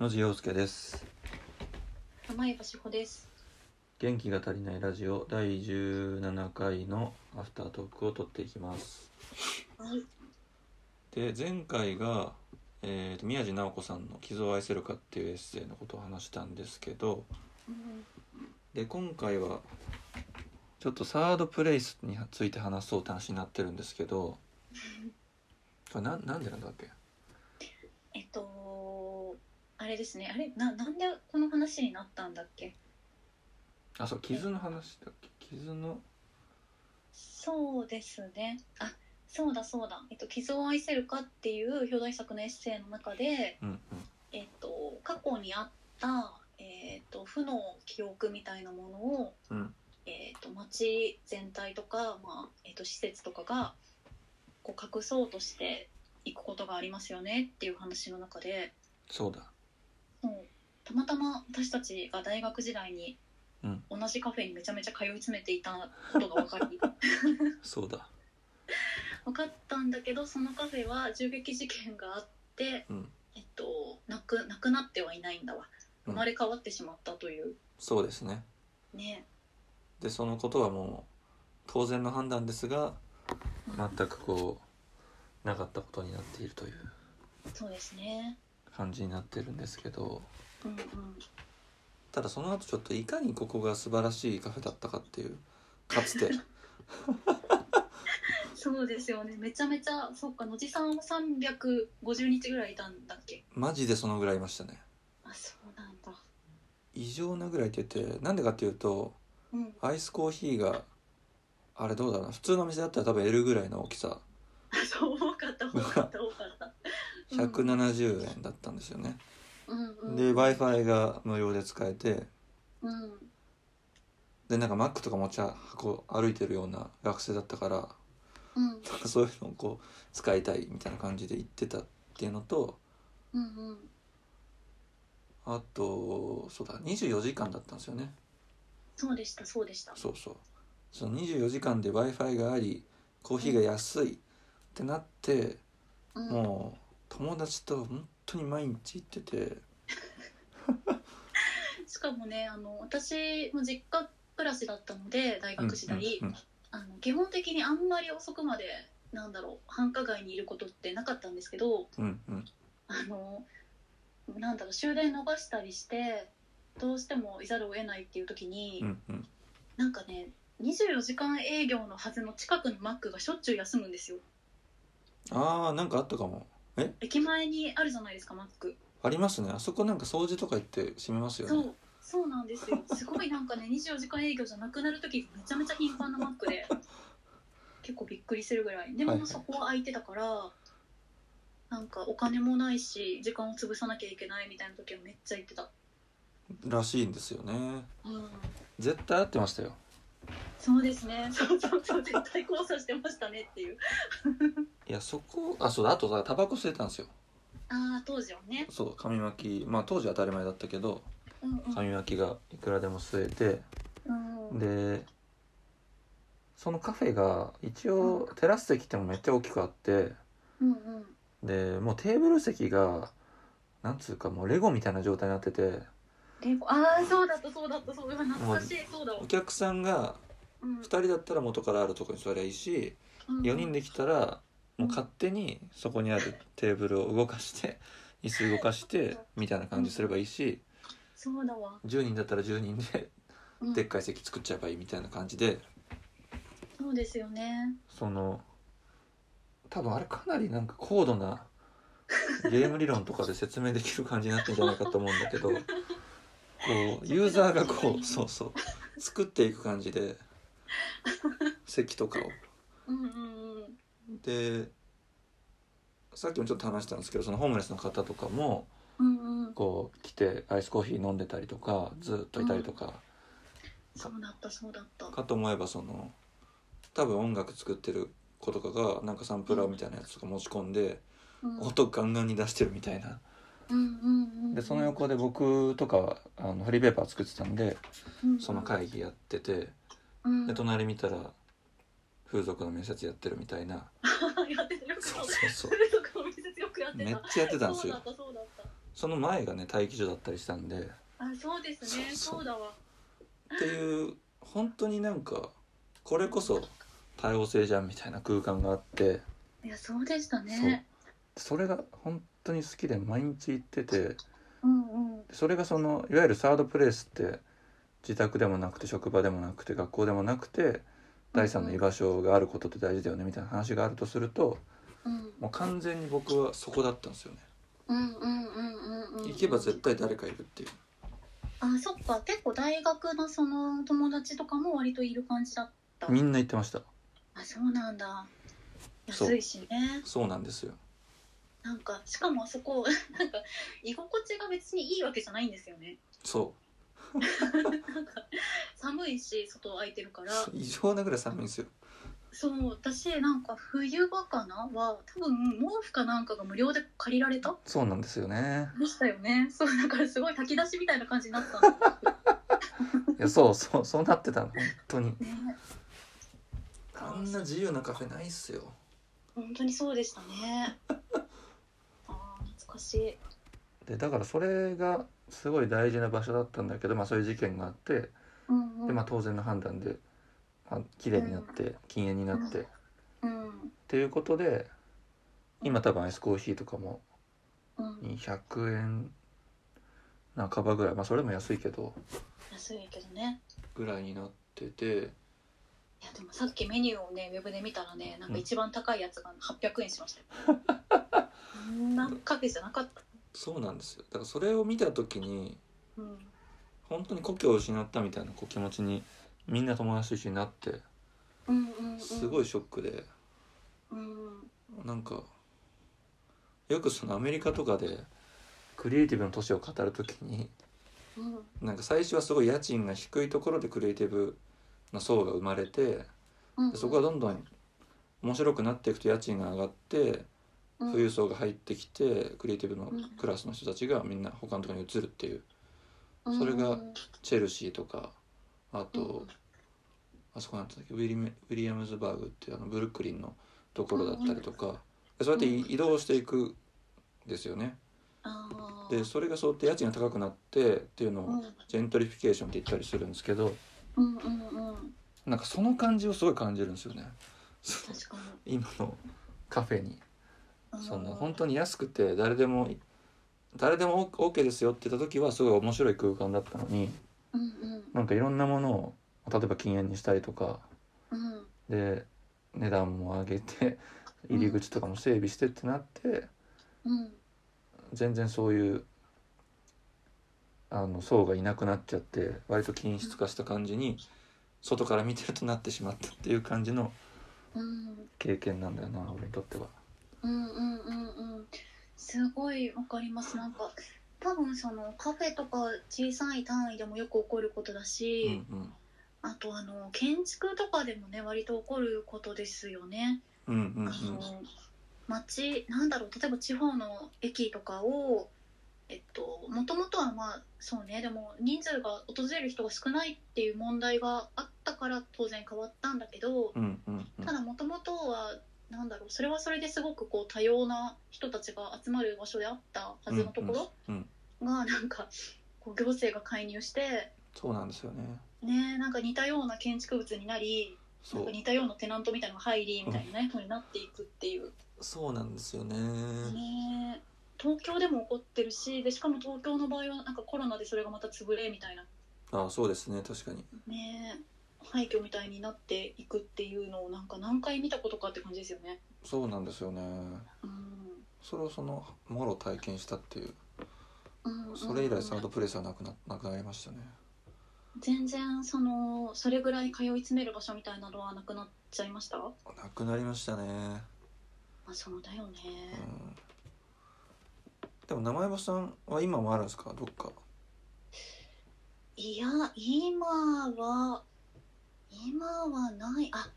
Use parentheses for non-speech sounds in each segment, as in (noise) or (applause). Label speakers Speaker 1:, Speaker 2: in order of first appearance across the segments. Speaker 1: 野地陽介です
Speaker 2: 甘い橋穂です。
Speaker 1: 元気が足りないラジオ第17回のアフタートークを撮っていきます
Speaker 2: はい。
Speaker 1: で前回が、えーと宮地直子さんの「傷を愛せるか」っていうエッセイのことを話したんですけど
Speaker 2: うん。
Speaker 1: で今回はちょっとサードプレイスについて話そうって話になってるんですけどこれななんでなんだっけ
Speaker 2: えっと、あれですね。あれ、な、なんでこの話になったんだっけ。
Speaker 1: あそう傷の話だっけ傷の
Speaker 2: そうですね。あ、そうだそうだ。えっと、傷を愛せるかっていう表題作のエッセイの中で、
Speaker 1: うんうん
Speaker 2: えっと、過去にあった。えっと、負の記憶みたいなものを。
Speaker 1: うん
Speaker 2: えっと、街全体とか、まあ、えっと、施設とかが。こう隠そうとして。いくことがありますよねっていう話の中で。
Speaker 1: そうだ
Speaker 2: そうたまたま私たちが大学時代に
Speaker 1: うん
Speaker 2: 同じカフェにめちゃめちゃ通い詰めていたことが分かり
Speaker 1: そうだ
Speaker 2: 分かったんだけどそ (laughs) のカフェは銃撃事件があって、
Speaker 1: うん
Speaker 2: えっと、なくなくなってはいないんだわ
Speaker 1: うん
Speaker 2: 生まれ変わってしまったという、
Speaker 1: そうですね
Speaker 2: ね
Speaker 1: でそのことはもう当然の判断ですが全くこうなかったことになっているという
Speaker 2: そうですね
Speaker 1: 感じになってるんですけど
Speaker 2: うんうん
Speaker 1: ただその後ちょっといかにここが素晴らしいカフェだったかっていうかつ
Speaker 2: (laughs)
Speaker 1: て
Speaker 2: そうですよねめちゃめちゃそっか野地さんは350日ぐらいいたんだっけ
Speaker 1: マジでそのぐらいいましたね
Speaker 2: あそうなんだ
Speaker 1: 異常なぐらいって言ってなんでかっていうと
Speaker 2: うん (laughs)
Speaker 1: アイスコーヒーがあれどうだろうな普通の店だったら多分 L ぐらいの大きさ
Speaker 2: あそう多かった多かった多かった
Speaker 1: 170円だったんですよね、
Speaker 2: うんうん
Speaker 1: で w i f i が無料で使えて
Speaker 2: うん
Speaker 1: でなんか Mac とか持ち運歩いてるような学生だったから
Speaker 2: うん
Speaker 1: なん (laughs) かそういうのをこう使いたいみたいな感じで言ってたっていうのと
Speaker 2: うんうん
Speaker 1: あとそうだ24時間だったんですよね
Speaker 2: そうでしたそうでした
Speaker 1: そうそうその24時間で w i f i がありコーヒーが安いってなって、
Speaker 2: うん
Speaker 1: もう友達と本当に毎日行ってて
Speaker 2: しかもねあの私も実家暮らしだったので大学時代、
Speaker 1: うんうんうん
Speaker 2: あの基本的にあんまり遅くまでなんだろう繁華街にいることってなかったんですけど
Speaker 1: うんうん
Speaker 2: あのなんだろう終電逃したりしてどうしてもいざるを得ないっていう時に、
Speaker 1: うんうん
Speaker 2: なんかね24時間営業のはずの近くのマックがしょっちゅう休むんですよ
Speaker 1: ああんかあったかも
Speaker 2: 駅前にあるじゃないですかマック
Speaker 1: ありますねあそこなんか掃除とか行って閉めますよ
Speaker 2: そ
Speaker 1: ね
Speaker 2: うそうなんですよすごいなんかね24時間営業じゃなくなる時がめちゃめちゃ頻繁なマックで結構びっくりするぐらいで
Speaker 1: はいは
Speaker 2: も
Speaker 1: い
Speaker 2: そこは空いてたから、なんかお金もないし時間を潰さなきゃいけないみたいな時はめっちゃ行ってた
Speaker 1: らしいんですよね
Speaker 2: うん
Speaker 1: 絶対合ってましたよ
Speaker 2: そうですねそうそうそう絶対交差してましたねっていう
Speaker 1: いやそこあそうだあとさタバコ吸えたんですよ
Speaker 2: ああ当時はね
Speaker 1: そう紙巻きまあ当時は当たり前だったけど
Speaker 2: うんうん
Speaker 1: 紙巻きがいくらでも吸えて
Speaker 2: うん
Speaker 1: でそのカフェが一応テラス席ってもめっちゃ大きくあって
Speaker 2: うんうん
Speaker 1: でもうテーブル席がなんつうかもうレゴみたいな状態になってて
Speaker 2: でああそうだったそうだったそうだ懐かしいそうだわ
Speaker 1: お、客さんが
Speaker 2: うん
Speaker 1: 2人だったら元からあるとこに座りゃいいし4人で来たらもう勝手にそこにあるテーブルを動かして (laughs) 椅子動かしてみたいな感じすればいいし
Speaker 2: そうだわ、
Speaker 1: 10人だったら10人で
Speaker 2: うん
Speaker 1: でっかい席作っちゃえばいいみたいな感じで
Speaker 2: そうですよね
Speaker 1: その多分あれかなりなんか高度 (laughs) なゲーム理論とかで説明できる感じになってんじゃないかと思うんだけどこうユーザーが (laughs) こうそうそう作っていく感じで席とかを。
Speaker 2: うんうんうん
Speaker 1: でさっきもちょっと話したんですけどそのホームレスの方とかも
Speaker 2: うんうん、
Speaker 1: こう来てアイスコーヒー飲んでたりとかずっといたりとか、
Speaker 2: そうだったそうだった
Speaker 1: かと思えばその多分音楽作ってる子とかがなんかサンプラーみたいなやつとか持ち込んで
Speaker 2: うんうん
Speaker 1: 音ガンガンに出してるみたいな
Speaker 2: うんうん
Speaker 1: でその横で僕とかはあのフリーペーパー作ってたんでその
Speaker 2: 回
Speaker 1: 会議やってて
Speaker 2: うん、
Speaker 1: で隣見たら風俗の面接やってるみたいな
Speaker 2: やってたよく
Speaker 1: そうそうそう
Speaker 2: 風俗の面接よくやって
Speaker 1: めったちゃやってたんです
Speaker 2: そうだ
Speaker 1: よ
Speaker 2: ったそうだった
Speaker 1: その前がね待機所だったりしたんで
Speaker 2: あそうですね
Speaker 1: そうそう
Speaker 2: そうだわ
Speaker 1: っていう本当になんかこれこそ多様性じゃんみたいな空間があって
Speaker 2: いやそうでしたね
Speaker 1: それが本当に好きで毎日行ってて
Speaker 2: うんうん
Speaker 1: それがそのいわゆるサードプレイスって自宅でもなくて職場でもなくて学校でもなくて第三の居場所があることって大事だよねみたいな話があるとすると
Speaker 2: うん
Speaker 1: もう完全に僕はそこだったんですよね
Speaker 2: うんうんうんうんうん
Speaker 1: 行けば絶対誰かいるっていう
Speaker 2: あそっか結構大学のその友達とかも割といる感じだった
Speaker 1: みんな言ってました
Speaker 2: あそうなんだ
Speaker 1: そう
Speaker 2: 安いしね
Speaker 1: そうなんですよ
Speaker 2: なんかしかもあそこ (laughs) なんか居心地が別にいいわけじゃないんですよね
Speaker 1: そ
Speaker 2: なんか寒いし外空いてるから
Speaker 1: う異常なぐらい寒いんですよ
Speaker 2: そう私なんか冬場かなは多分毛布かなんかが無料で借りられた
Speaker 1: そうなんですよね
Speaker 2: でしたよねそうだからすごい炊き出しみたいな感じになったんだ
Speaker 1: いやそうそうそうなってたの本当に
Speaker 2: ね
Speaker 1: あんな自由なカフェないっすよ
Speaker 2: 本当にそうでした (laughs) ねあー懐かしい
Speaker 1: でだからそれがすごい大事な場所だったんだけど、まあ、そういう事件があって
Speaker 2: うんうん
Speaker 1: で、まあ、当然の判断で、まあ綺麗になって禁煙になって、
Speaker 2: う
Speaker 1: っ
Speaker 2: うん
Speaker 1: ていうことで今多分アイスコーヒーとかも
Speaker 2: うん
Speaker 1: 100円半ばぐらいまあそれも安いけど
Speaker 2: 安いけどね
Speaker 1: ぐらいになってて
Speaker 2: いやでもさっきメニューをねウェブで見たらねなんか一番高いやつが800円しましたよそんなカフェじゃなかった
Speaker 1: そうなんですよだからそれを見た時に
Speaker 2: うん
Speaker 1: 本当に故郷を失ったみたいなこう気持ちにみんな友達と一緒になって
Speaker 2: うんうんうん
Speaker 1: すごいショックで。
Speaker 2: うん
Speaker 1: なんかよくそのアメリカとかでクリエイティブの都市を語るときに
Speaker 2: うん
Speaker 1: なんか最初はすごい家賃が低いところでクリエイティブな層が生まれて
Speaker 2: うん
Speaker 1: でそこがどんどん面白くなっていくと家賃が上がって
Speaker 2: うん
Speaker 1: 富裕層が入ってきてクリエイティブの
Speaker 2: うん
Speaker 1: クラスの人たちがみんな他のところに移るっていうそれが
Speaker 2: うん
Speaker 1: チェルシーとかあ
Speaker 2: う
Speaker 1: と
Speaker 2: ん
Speaker 1: あそこなんだっけウィリメウィリアムズバーグっていうあのブルックリンのところだったりとかでそうやって移動していくんですよね。
Speaker 2: あー
Speaker 1: でそれがそうやって家賃が高くなってっていうの
Speaker 2: うん
Speaker 1: をジェントリフィケーションって言ったりするんですけど
Speaker 2: うんうんうん
Speaker 1: なんかその感じをすごい感じるんですよねそう
Speaker 2: 確かに
Speaker 1: 今のカフェに
Speaker 2: あー
Speaker 1: その本当に安くて誰でも誰でも OK ですよって言った時はすごい面白い空間だったのに
Speaker 2: うんうん
Speaker 1: なんかいろんなものを例えば禁煙にしたりとか
Speaker 2: うん
Speaker 1: で値段も上げて入り口とかも整備してってなって
Speaker 2: うん
Speaker 1: 全然そういうあの層がいなくなっちゃって割と均質化した感じに外から見てるとなってしまったっていう感じの
Speaker 2: うん
Speaker 1: 経験なんだよな俺にとっては。
Speaker 2: うんうんうんうんすごいわかりますなんか多分そのカフェとか小さい単位でもよく起こることだ
Speaker 1: うんう
Speaker 2: し、
Speaker 1: ん
Speaker 2: あとあの建築とかでもね割と起こることですよね。
Speaker 1: うんうんうん
Speaker 2: あの町なんだろう例えば地方の駅とかをえっともともとはまあそうねでも人数が訪れる人が少ないっていう問題があったから当然変わったんだけど、
Speaker 1: うんうんうん
Speaker 2: ただもともとはなんだろうそれはそれですごくこう多様な人たちが集まる場所であったはずのところ
Speaker 1: うん
Speaker 2: がなんかこう行政が介入して
Speaker 1: そうなんですよね。
Speaker 2: ねなんか似たような建築物になりな
Speaker 1: そ
Speaker 2: ん
Speaker 1: う
Speaker 2: か似たようなテナントみたいなのが入りみたいなねふうになっていくっていう
Speaker 1: そうなんですよね。
Speaker 2: ね東京でも起こってるしでしかも東京の場合はなんかコロナでそれがまた潰れみたいな
Speaker 1: ああそうですね確かに。
Speaker 2: ね廃墟みたいになっていくっていうのをなんか何回見たことかって感じですよね。
Speaker 1: そうなんですよね。
Speaker 2: うん
Speaker 1: それをそのもろ体験したっていう
Speaker 2: うんうん
Speaker 1: それ以来サードプレイスはなくななくなりましたね。
Speaker 2: 全然そのそれぐらい通い詰める場所みたいなのはなくなっちゃいましたま
Speaker 1: なくなりましたね。
Speaker 2: あそうだよね、
Speaker 1: でも名前場さんは今もあるんですかどっか
Speaker 2: いや今は今はないあ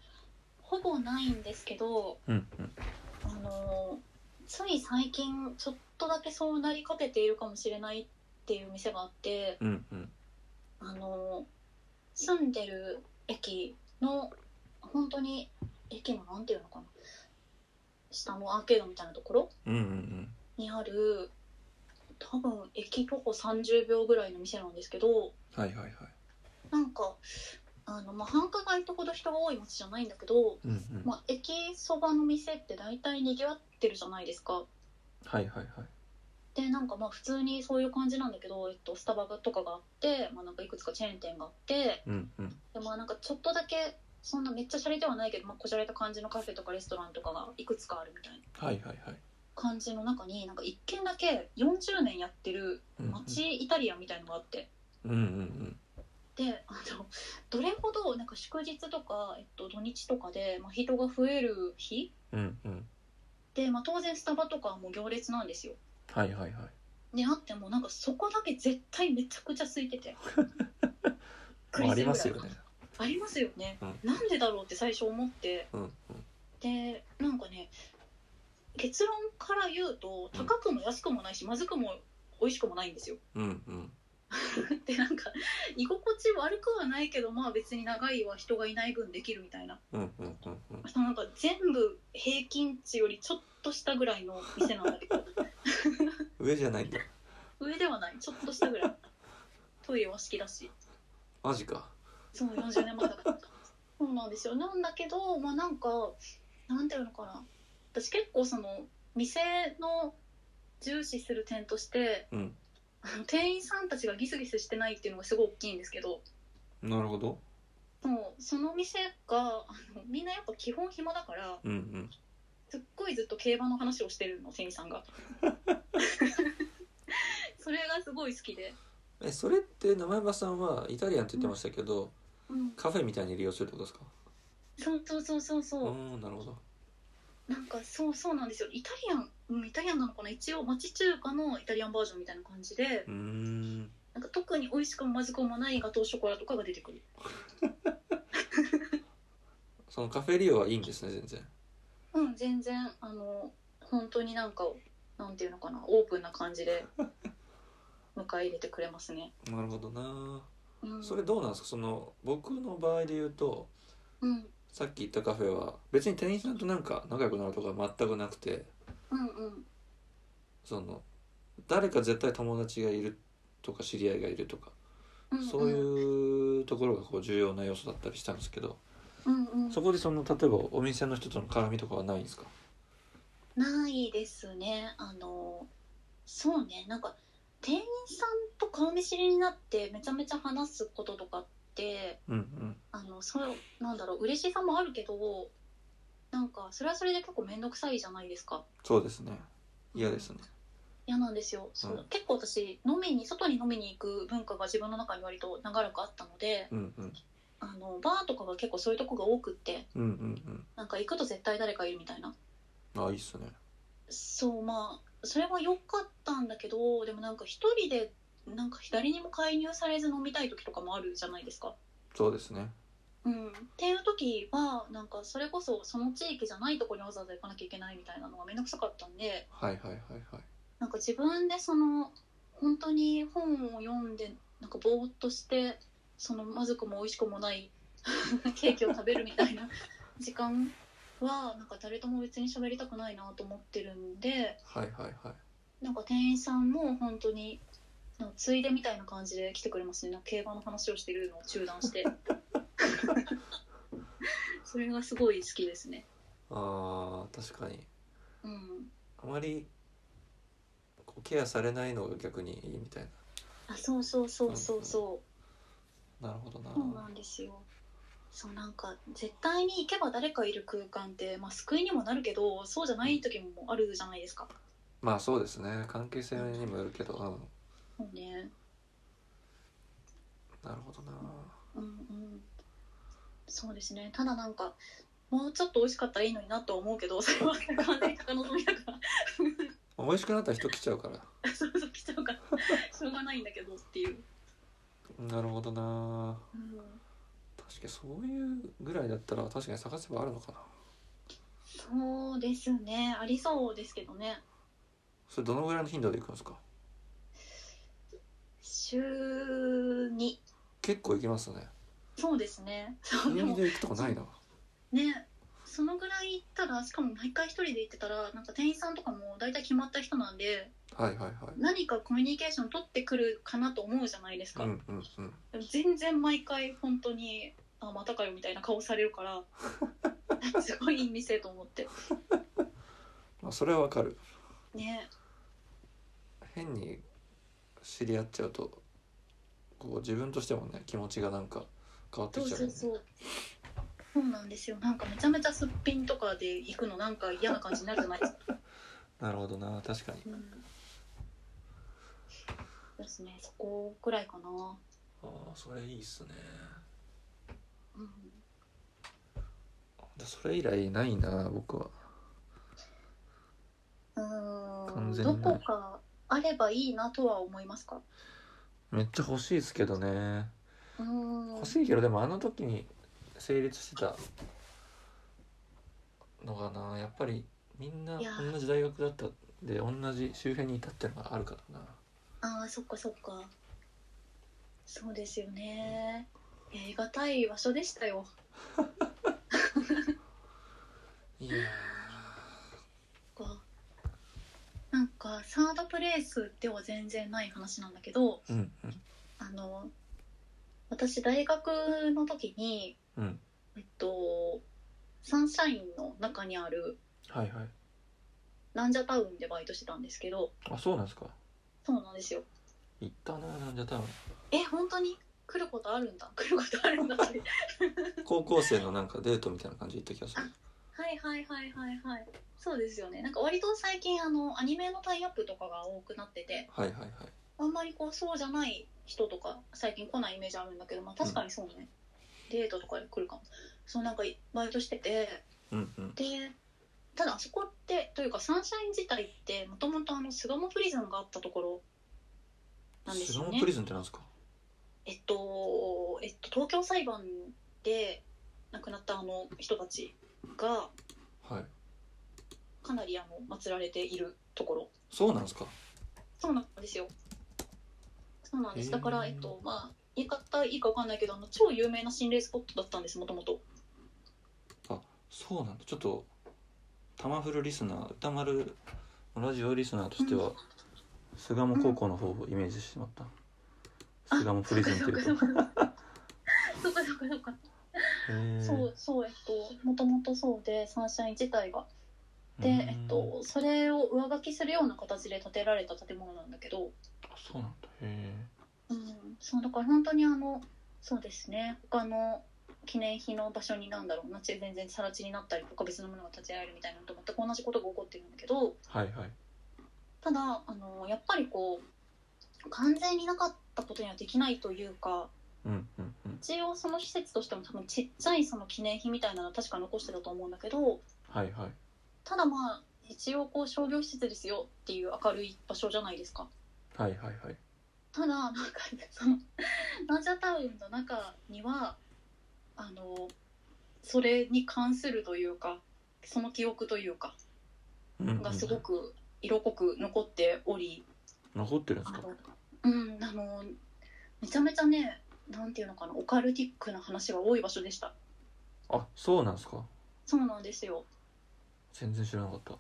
Speaker 2: ほぼないんですけど
Speaker 1: うんうん
Speaker 2: あのつい最近ちょっとだけそうなりかけているかもしれないっていう店があって
Speaker 1: うんうん
Speaker 2: あの住んでる駅の本当に駅のなんていうのかな下のアーケードみたいなところ
Speaker 1: うんうん
Speaker 2: にある多多分駅徒歩30秒ぐらいの店なんですけど
Speaker 1: はいはいはい
Speaker 2: なんかあの、まあ、繁華街ってほど人が多い街じゃないんだけど、
Speaker 1: うんうん、
Speaker 2: まあ、駅そばの店って大体にぎわってるじゃないですか。
Speaker 1: はいはいはい
Speaker 2: でなんかまあ普通にそういう感じなんだけど、えっと、スタバとかがあって、まあ、なんかいくつかチェーン店があって
Speaker 1: うんうん
Speaker 2: でまあなんかちょっとだけそんなめっちゃ洒落ではないけど、まあ、こじゃれた感じのカフェとかレストランとかがいくつかあるみたいな
Speaker 1: はいはいはい
Speaker 2: 感じの中になんか一軒だけ40年やってる
Speaker 1: うんうん
Speaker 2: 町イタリアンみたいのがあって。
Speaker 1: うんうん
Speaker 2: であのどれほどなんか祝日とか、えっと、土日とかで、まあ、人が増える日
Speaker 1: うんうんうん
Speaker 2: で、まあ、当然スタバとかはもう行列なんですよ。
Speaker 1: はいはいはい
Speaker 2: であってもなんかそこだけ絶対めちゃくちゃ空いて
Speaker 1: (laughs)
Speaker 2: てびっ
Speaker 1: まああり
Speaker 2: くするぐ
Speaker 1: ま
Speaker 2: らい
Speaker 1: すよね
Speaker 2: ありますよね、
Speaker 1: うん
Speaker 2: なんでだろうって最初思って
Speaker 1: うんうん
Speaker 2: でなんかね結論から言うと
Speaker 1: うん
Speaker 2: 高くも安くもないしまずくも美味しくもないんですよ (laughs)
Speaker 1: うんうん
Speaker 2: でなんか居心地悪くはないけどまあ別に長いは人がいない分できるみたいな
Speaker 1: うんうんうんうん
Speaker 2: そのなんか全部平均値よりちょっと下ぐらいの店なんだ
Speaker 1: (laughs)
Speaker 2: けど
Speaker 1: 上じゃないんだ
Speaker 2: 上ではないちょっと下ぐらいトイレは好きだし
Speaker 1: マジか
Speaker 2: そう40年前だからそうなんですよなんだけどまあなんかなんていうのかな私結構その店の重視する点として
Speaker 1: うん
Speaker 2: あの店員さんたちがギスギスしてないっていうのがすごい大きいんですけど
Speaker 1: なるほど
Speaker 2: もうその店があのみんなやっぱ基本暇だから
Speaker 1: うんうん
Speaker 2: すっごいずっと競馬の話をしてるの店員さんが (laughs) それがすごい好きで、
Speaker 1: えそれって名前場さんはイタリアンって言ってましたけど、
Speaker 2: うん、
Speaker 1: カフェみたいに利用するってことですか
Speaker 2: そうそうそうそう
Speaker 1: う
Speaker 2: そう、
Speaker 1: んなるほど
Speaker 2: なんかそうそうなんですよイタリアン、うん、イタリアンなのかな一応町中華のイタリアンバージョンみたいな感じで
Speaker 1: うーん
Speaker 2: なんか特に美味しくもまずくもないガトーショコラとかが出てくる
Speaker 1: そのカフェ利用はいいんですね全然
Speaker 2: うん全然あの本当になんかなんていうのかなオープンな感
Speaker 1: (laughs)
Speaker 2: じで迎え入れてくれますね、
Speaker 1: なるほどな
Speaker 2: うん、
Speaker 1: それどうなんですかその僕の場合で言うと
Speaker 2: うん
Speaker 1: さっき言ったカフェは別に店員さんとなんか仲良くなるとか全くなくて
Speaker 2: うんうん
Speaker 1: その誰か絶対友達がいるとか知り合いがいるとか
Speaker 2: うん
Speaker 1: そういうところがこう重要な要素だったりしたんですけど
Speaker 2: うんうん
Speaker 1: そこでその例えばお店の人との絡みとかはないんですか
Speaker 2: ないですねあのそうねなんか店員さんと顔見知りになってめちゃめちゃ話すこととかって
Speaker 1: うんうん
Speaker 2: あのそうなんだろう嬉しさもあるけどなんかそれはそれで結構面倒くさいじゃないですか
Speaker 1: そうですね嫌ですね
Speaker 2: 嫌なんですよ、そう
Speaker 1: うん
Speaker 2: 結構私飲みに外に飲みに行く文化が自分の中に割と長らくあったので
Speaker 1: うんうん
Speaker 2: あのバーとかが結構そういうとこが多くって
Speaker 1: うんうん
Speaker 2: なんか行くと絶対誰かいるみたいな
Speaker 1: うんあいいっすね
Speaker 2: そうまあそれは良かったんだけどでもなんか一人でなんか誰にも介入されず飲みたい時とかもあるじゃないですか。
Speaker 1: そうですね
Speaker 2: うん、っていう時はなんかそれこそその地域じゃないとこにわざわざ行かなきゃいけないみたいなのが面倒くさかったんで
Speaker 1: はいはいはいはい
Speaker 2: なんか自分でその本当に本を読んでなんかぼーっとしてそのまずくも美味しくもない (laughs) ケーキを食べるみたいな時間はなんか誰とも別に喋りたくないなと思ってるんで。
Speaker 1: はいはいはい
Speaker 2: なんか店員さんも本当になんかついでみたいな感じで来てくれますねなんか競馬の話をしてるのを中断して (laughs) それがすごい好きですね
Speaker 1: あー確かに
Speaker 2: うん
Speaker 1: あまりこうケアされないのが逆にいいみたい
Speaker 2: あそうそうそうそうそ
Speaker 1: ななるほどな
Speaker 2: うそうなんですよそうなんか絶対に行けば誰かいる空間って、まあ、救いにもなるけどそうじゃない時もあるじゃないですか
Speaker 1: まあそうですね関係性にもよるけど、う
Speaker 2: そうね
Speaker 1: ん、なるほどな
Speaker 2: うんうんそうですねただなんかもうちょっと美味しかったらいいのになとは思うけどそれは完 (laughs) 全に高望みだから
Speaker 1: まあ美味しくなったら人来ちゃうから
Speaker 2: (laughs) そうそう来ちゃうからしょうがないんだけどっていう、
Speaker 1: なるほどな
Speaker 2: うん、
Speaker 1: 確かにそういうぐらいだったら確かに探せばあるのかな
Speaker 2: そうですねありそうですけどね
Speaker 1: それどのぐらいの頻度で行くんですか
Speaker 2: 週に
Speaker 1: 結構行きますね
Speaker 2: そうですねそうで
Speaker 1: 人
Speaker 2: も
Speaker 1: で行くとこないな
Speaker 2: ねそのぐらい行ったらしかも毎回一人で行ってたらなんか店員さんとかも大体決まった人なんで
Speaker 1: はいはいはい
Speaker 2: 何かコミュニケーション取ってくるかなと思うじゃないですか、
Speaker 1: うんうんうん
Speaker 2: でも全然毎回本当に「あまたかよ」みたいな顔されるから
Speaker 1: (laughs)
Speaker 2: すごいいい店と思って
Speaker 1: まあそれはわかる
Speaker 2: ね
Speaker 1: 変に知り合っちゃうとこう自分としてもね気持ちがなんか変わって
Speaker 2: そ
Speaker 1: き
Speaker 2: う
Speaker 1: ちゃう
Speaker 2: そ
Speaker 1: よ
Speaker 2: う
Speaker 1: ね
Speaker 2: そうそうなんですよなんかめちゃめちゃすっぴんとかで行くのなんか嫌な感じになるじゃないですか、
Speaker 1: なるほどな確かに
Speaker 2: うん、そうですねそこくらいかな
Speaker 1: ああそれいいっすね
Speaker 2: うん
Speaker 1: それ以来ないな僕は
Speaker 2: う
Speaker 1: 完
Speaker 2: ーん
Speaker 1: 全
Speaker 2: ど
Speaker 1: に
Speaker 2: こかあればいいなとは思いますか
Speaker 1: めっちゃ欲しいですけどね
Speaker 2: うーん
Speaker 1: 欲しいけどでもあの時に成立してたのがなやっぱりみんない
Speaker 2: や
Speaker 1: 同じ大学だったで同じ周辺にいたってのがあるからな
Speaker 2: ああそっかそっかそうですよねいや得難い場所でしたよ
Speaker 1: いや
Speaker 2: そっかなんかサードプレイスでは全然ない話なんだけど
Speaker 1: ーうんうん
Speaker 2: あの私大学の時に
Speaker 1: うん
Speaker 2: えっとサンシャインの中にある
Speaker 1: はいはい
Speaker 2: ランジャタウンでバイトしてたんですけど
Speaker 1: あそうなんですか
Speaker 2: そうなんですよ
Speaker 1: 行ったななんじゃ多分
Speaker 2: え本当に来ることあるんだ (laughs) 来ることあるんだって
Speaker 1: 高校生のなんかデートみたいな感じで行った気がする
Speaker 2: はいはいはいはいはいそうですよねなんか割と最近あのアニメのタイアップとかが多くなってて
Speaker 1: はいはいはい
Speaker 2: あんまりこうそうじゃない人とか最近来ないイメージあるんだけどまあ確かにそうね、デートとかで来るかもそうなんかバイトしてて
Speaker 1: うんうん
Speaker 2: でただあそこってというかサンシャイン自体ってもともとあの巣鴨プリズンがあったところなんです
Speaker 1: ス
Speaker 2: よ
Speaker 1: ロ
Speaker 2: ね
Speaker 1: ープリズンってなんですか
Speaker 2: えっと、えっと、東京裁判で亡くなったあの人たちが
Speaker 1: はい
Speaker 2: かなりあの祀られているところ
Speaker 1: そうなんですか
Speaker 2: そうなんですよ。そうなんで
Speaker 1: へ
Speaker 2: す。
Speaker 1: ー
Speaker 2: だから、えっと、まあ、言い方いいかわかんないけど、あの超有名な心霊スポットだったんです、もともと。
Speaker 1: そうなんだちょっとタマフルリスナー歌丸のラジオリスナーとしては、巣鴨高校の方をイメージしてしまった、巣鴨プリズンというと
Speaker 2: そうか、そうか、そうかそうか。
Speaker 1: へー
Speaker 2: そう、そう、えっと、もともとそうで、サンシャイン自体が。で、
Speaker 1: うん
Speaker 2: えっと、それを上書きするような形で建てられた建物なんだけど、
Speaker 1: あそうなんだへ
Speaker 2: うん、そう、だから本当にあの、そうですね、他の記念碑の場所になんだろうな、全然更地になったりとか別のものが建てられるみたいなのと全く同じことが起こってるんだけど、
Speaker 1: えはいはい
Speaker 2: ただあのやっぱりこう完全になかったことにはできないというか
Speaker 1: うんうんうん
Speaker 2: 一応その施設としても多分ちっちゃいその記念碑みたいなのは確か残してたと思うんだけど
Speaker 1: はいはい
Speaker 2: ただまあ一応こう商業施設ですよっていう明るい場所じゃないですか。
Speaker 1: はいはいはい
Speaker 2: ただなんかそのランジャタウンの中にはあのそれに関するというかその記憶というか
Speaker 1: うんうんうん
Speaker 2: がすごく色濃く残っており、
Speaker 1: 残ってるんです
Speaker 2: あ
Speaker 1: か
Speaker 2: のうんあのめちゃめちゃねなんていうのかなオカルティックな話が多い場所でした
Speaker 1: あそうなんですか
Speaker 2: そうなんですよ
Speaker 1: 全然知らなかった
Speaker 2: そ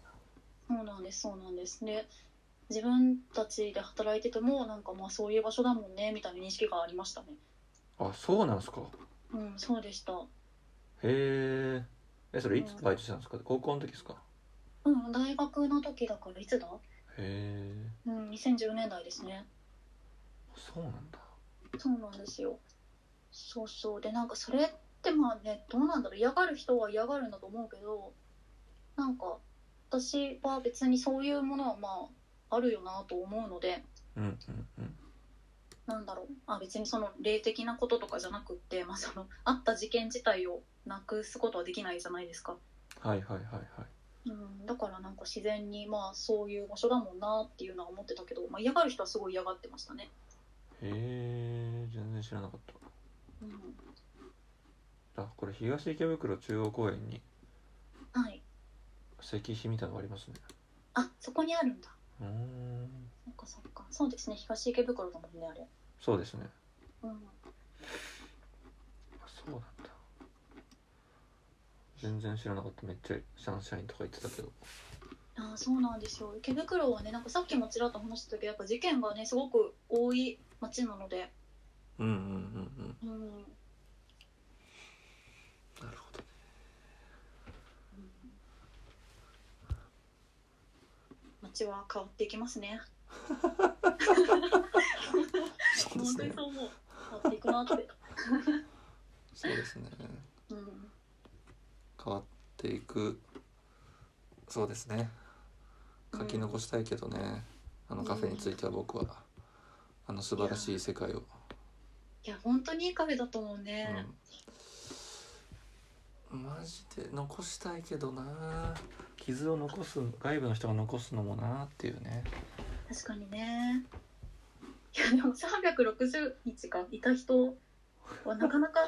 Speaker 2: うなんですそうなんですで自分たちで働いててもなんかまあそういう場所だもんねみたいな認識がありましたね
Speaker 1: あそうなんですか
Speaker 2: うんそうでした
Speaker 1: へーえそれいつ
Speaker 2: うん
Speaker 1: バイトしたんですか高校の時ですか
Speaker 2: うん大学の時だからいつだ
Speaker 1: へえ
Speaker 2: うん2010年代ですね
Speaker 1: そうなんだ
Speaker 2: そうなんですよそうそうでなんかそれってまあねどうなんだろう嫌がる人は嫌がるんだと思うけどなんか私は別にそういうものはまああるよなと思うので
Speaker 1: うんうんうん
Speaker 2: なんだろうあ別にその霊的なこととかじゃなくって、まあ、そのあった事件自体をなくすことはできないじゃないですか、
Speaker 1: はいはいはいはい
Speaker 2: うん、だからなんか自然にまあそういう場所だもんなっていうのは思ってたけど、まあ、嫌がる人はすごい嫌がってましたね、
Speaker 1: へえ全然知らなかっ
Speaker 2: うん、
Speaker 1: たあこれ東池袋中央公園に
Speaker 2: はい
Speaker 1: 石碑みたいのがありますね
Speaker 2: あそこにあるんだ
Speaker 1: うーん
Speaker 2: そっかそっかそうですね東池袋だもんねあれ
Speaker 1: そうですね
Speaker 2: うん
Speaker 1: あそうなんだ全然知らなかっためっちゃサンシャインとか言ってたけど
Speaker 2: あーそうなんですよ池袋はねなんかさっきもちらっと話したけどやっぱ事件がねすごく多い街なので、
Speaker 1: うんうんうん
Speaker 2: うんうん、
Speaker 1: うんなるほど
Speaker 2: 街は変わっていきますね
Speaker 1: そうで
Speaker 2: 本
Speaker 1: す
Speaker 2: 当に
Speaker 1: ね
Speaker 2: そう思う変わっていくな
Speaker 1: (laughs)
Speaker 2: って、
Speaker 1: そうですね
Speaker 2: うん、
Speaker 1: 変わっていくそうですね書き残したいけどね、あのカフェについては僕は、あの素晴らしい世界を、
Speaker 2: いや本当にいいカフェだと思うね、
Speaker 1: うん、マジで残したいけどな傷を残す外部の人が残すのもなっていうね
Speaker 2: 確かにねいやでも360日かいた人はなかな (laughs) か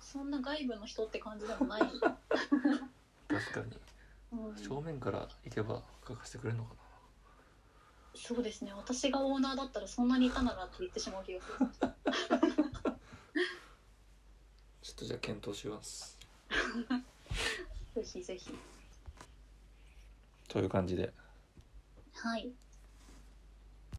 Speaker 2: そんな外部の人って感じでもない、
Speaker 1: 確かに
Speaker 2: うん、
Speaker 1: 正面から行けば書かせてくれるのかな
Speaker 2: そうですね私がオーナーだったらそんなにいたならって言ってしまう気がする
Speaker 1: ちょっとじゃあ検討します
Speaker 2: ぜひぜひ
Speaker 1: という感じで
Speaker 2: はい